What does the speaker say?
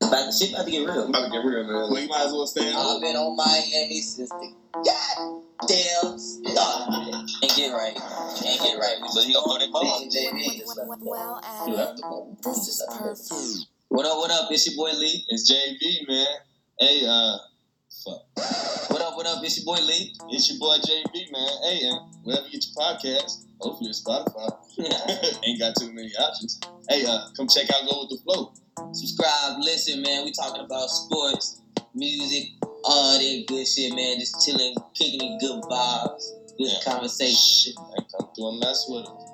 It's about, shit about to get real. About to get real, man. Well, you might as well stay in. I've been on Miami since the goddamn start. And get right. And get right. So you gonna go that ball. DJ Vegas left the ball. Well, He Adam, left the ball. this is perfect. What up, what up? It's your boy Lee. It's JV, man. Hey, uh, fuck. What up, what up? It's your boy Lee. It's your boy JV, man. Hey, and wherever you get your podcast, hopefully it's Spotify. Ain't got too many options. Hey, uh, come check out Go With The Flow. Subscribe, listen, man. We talking about sports, music, all that good shit, man. Just chilling, kicking it, good vibes, good Yeah. conversation. And come through and mess with it.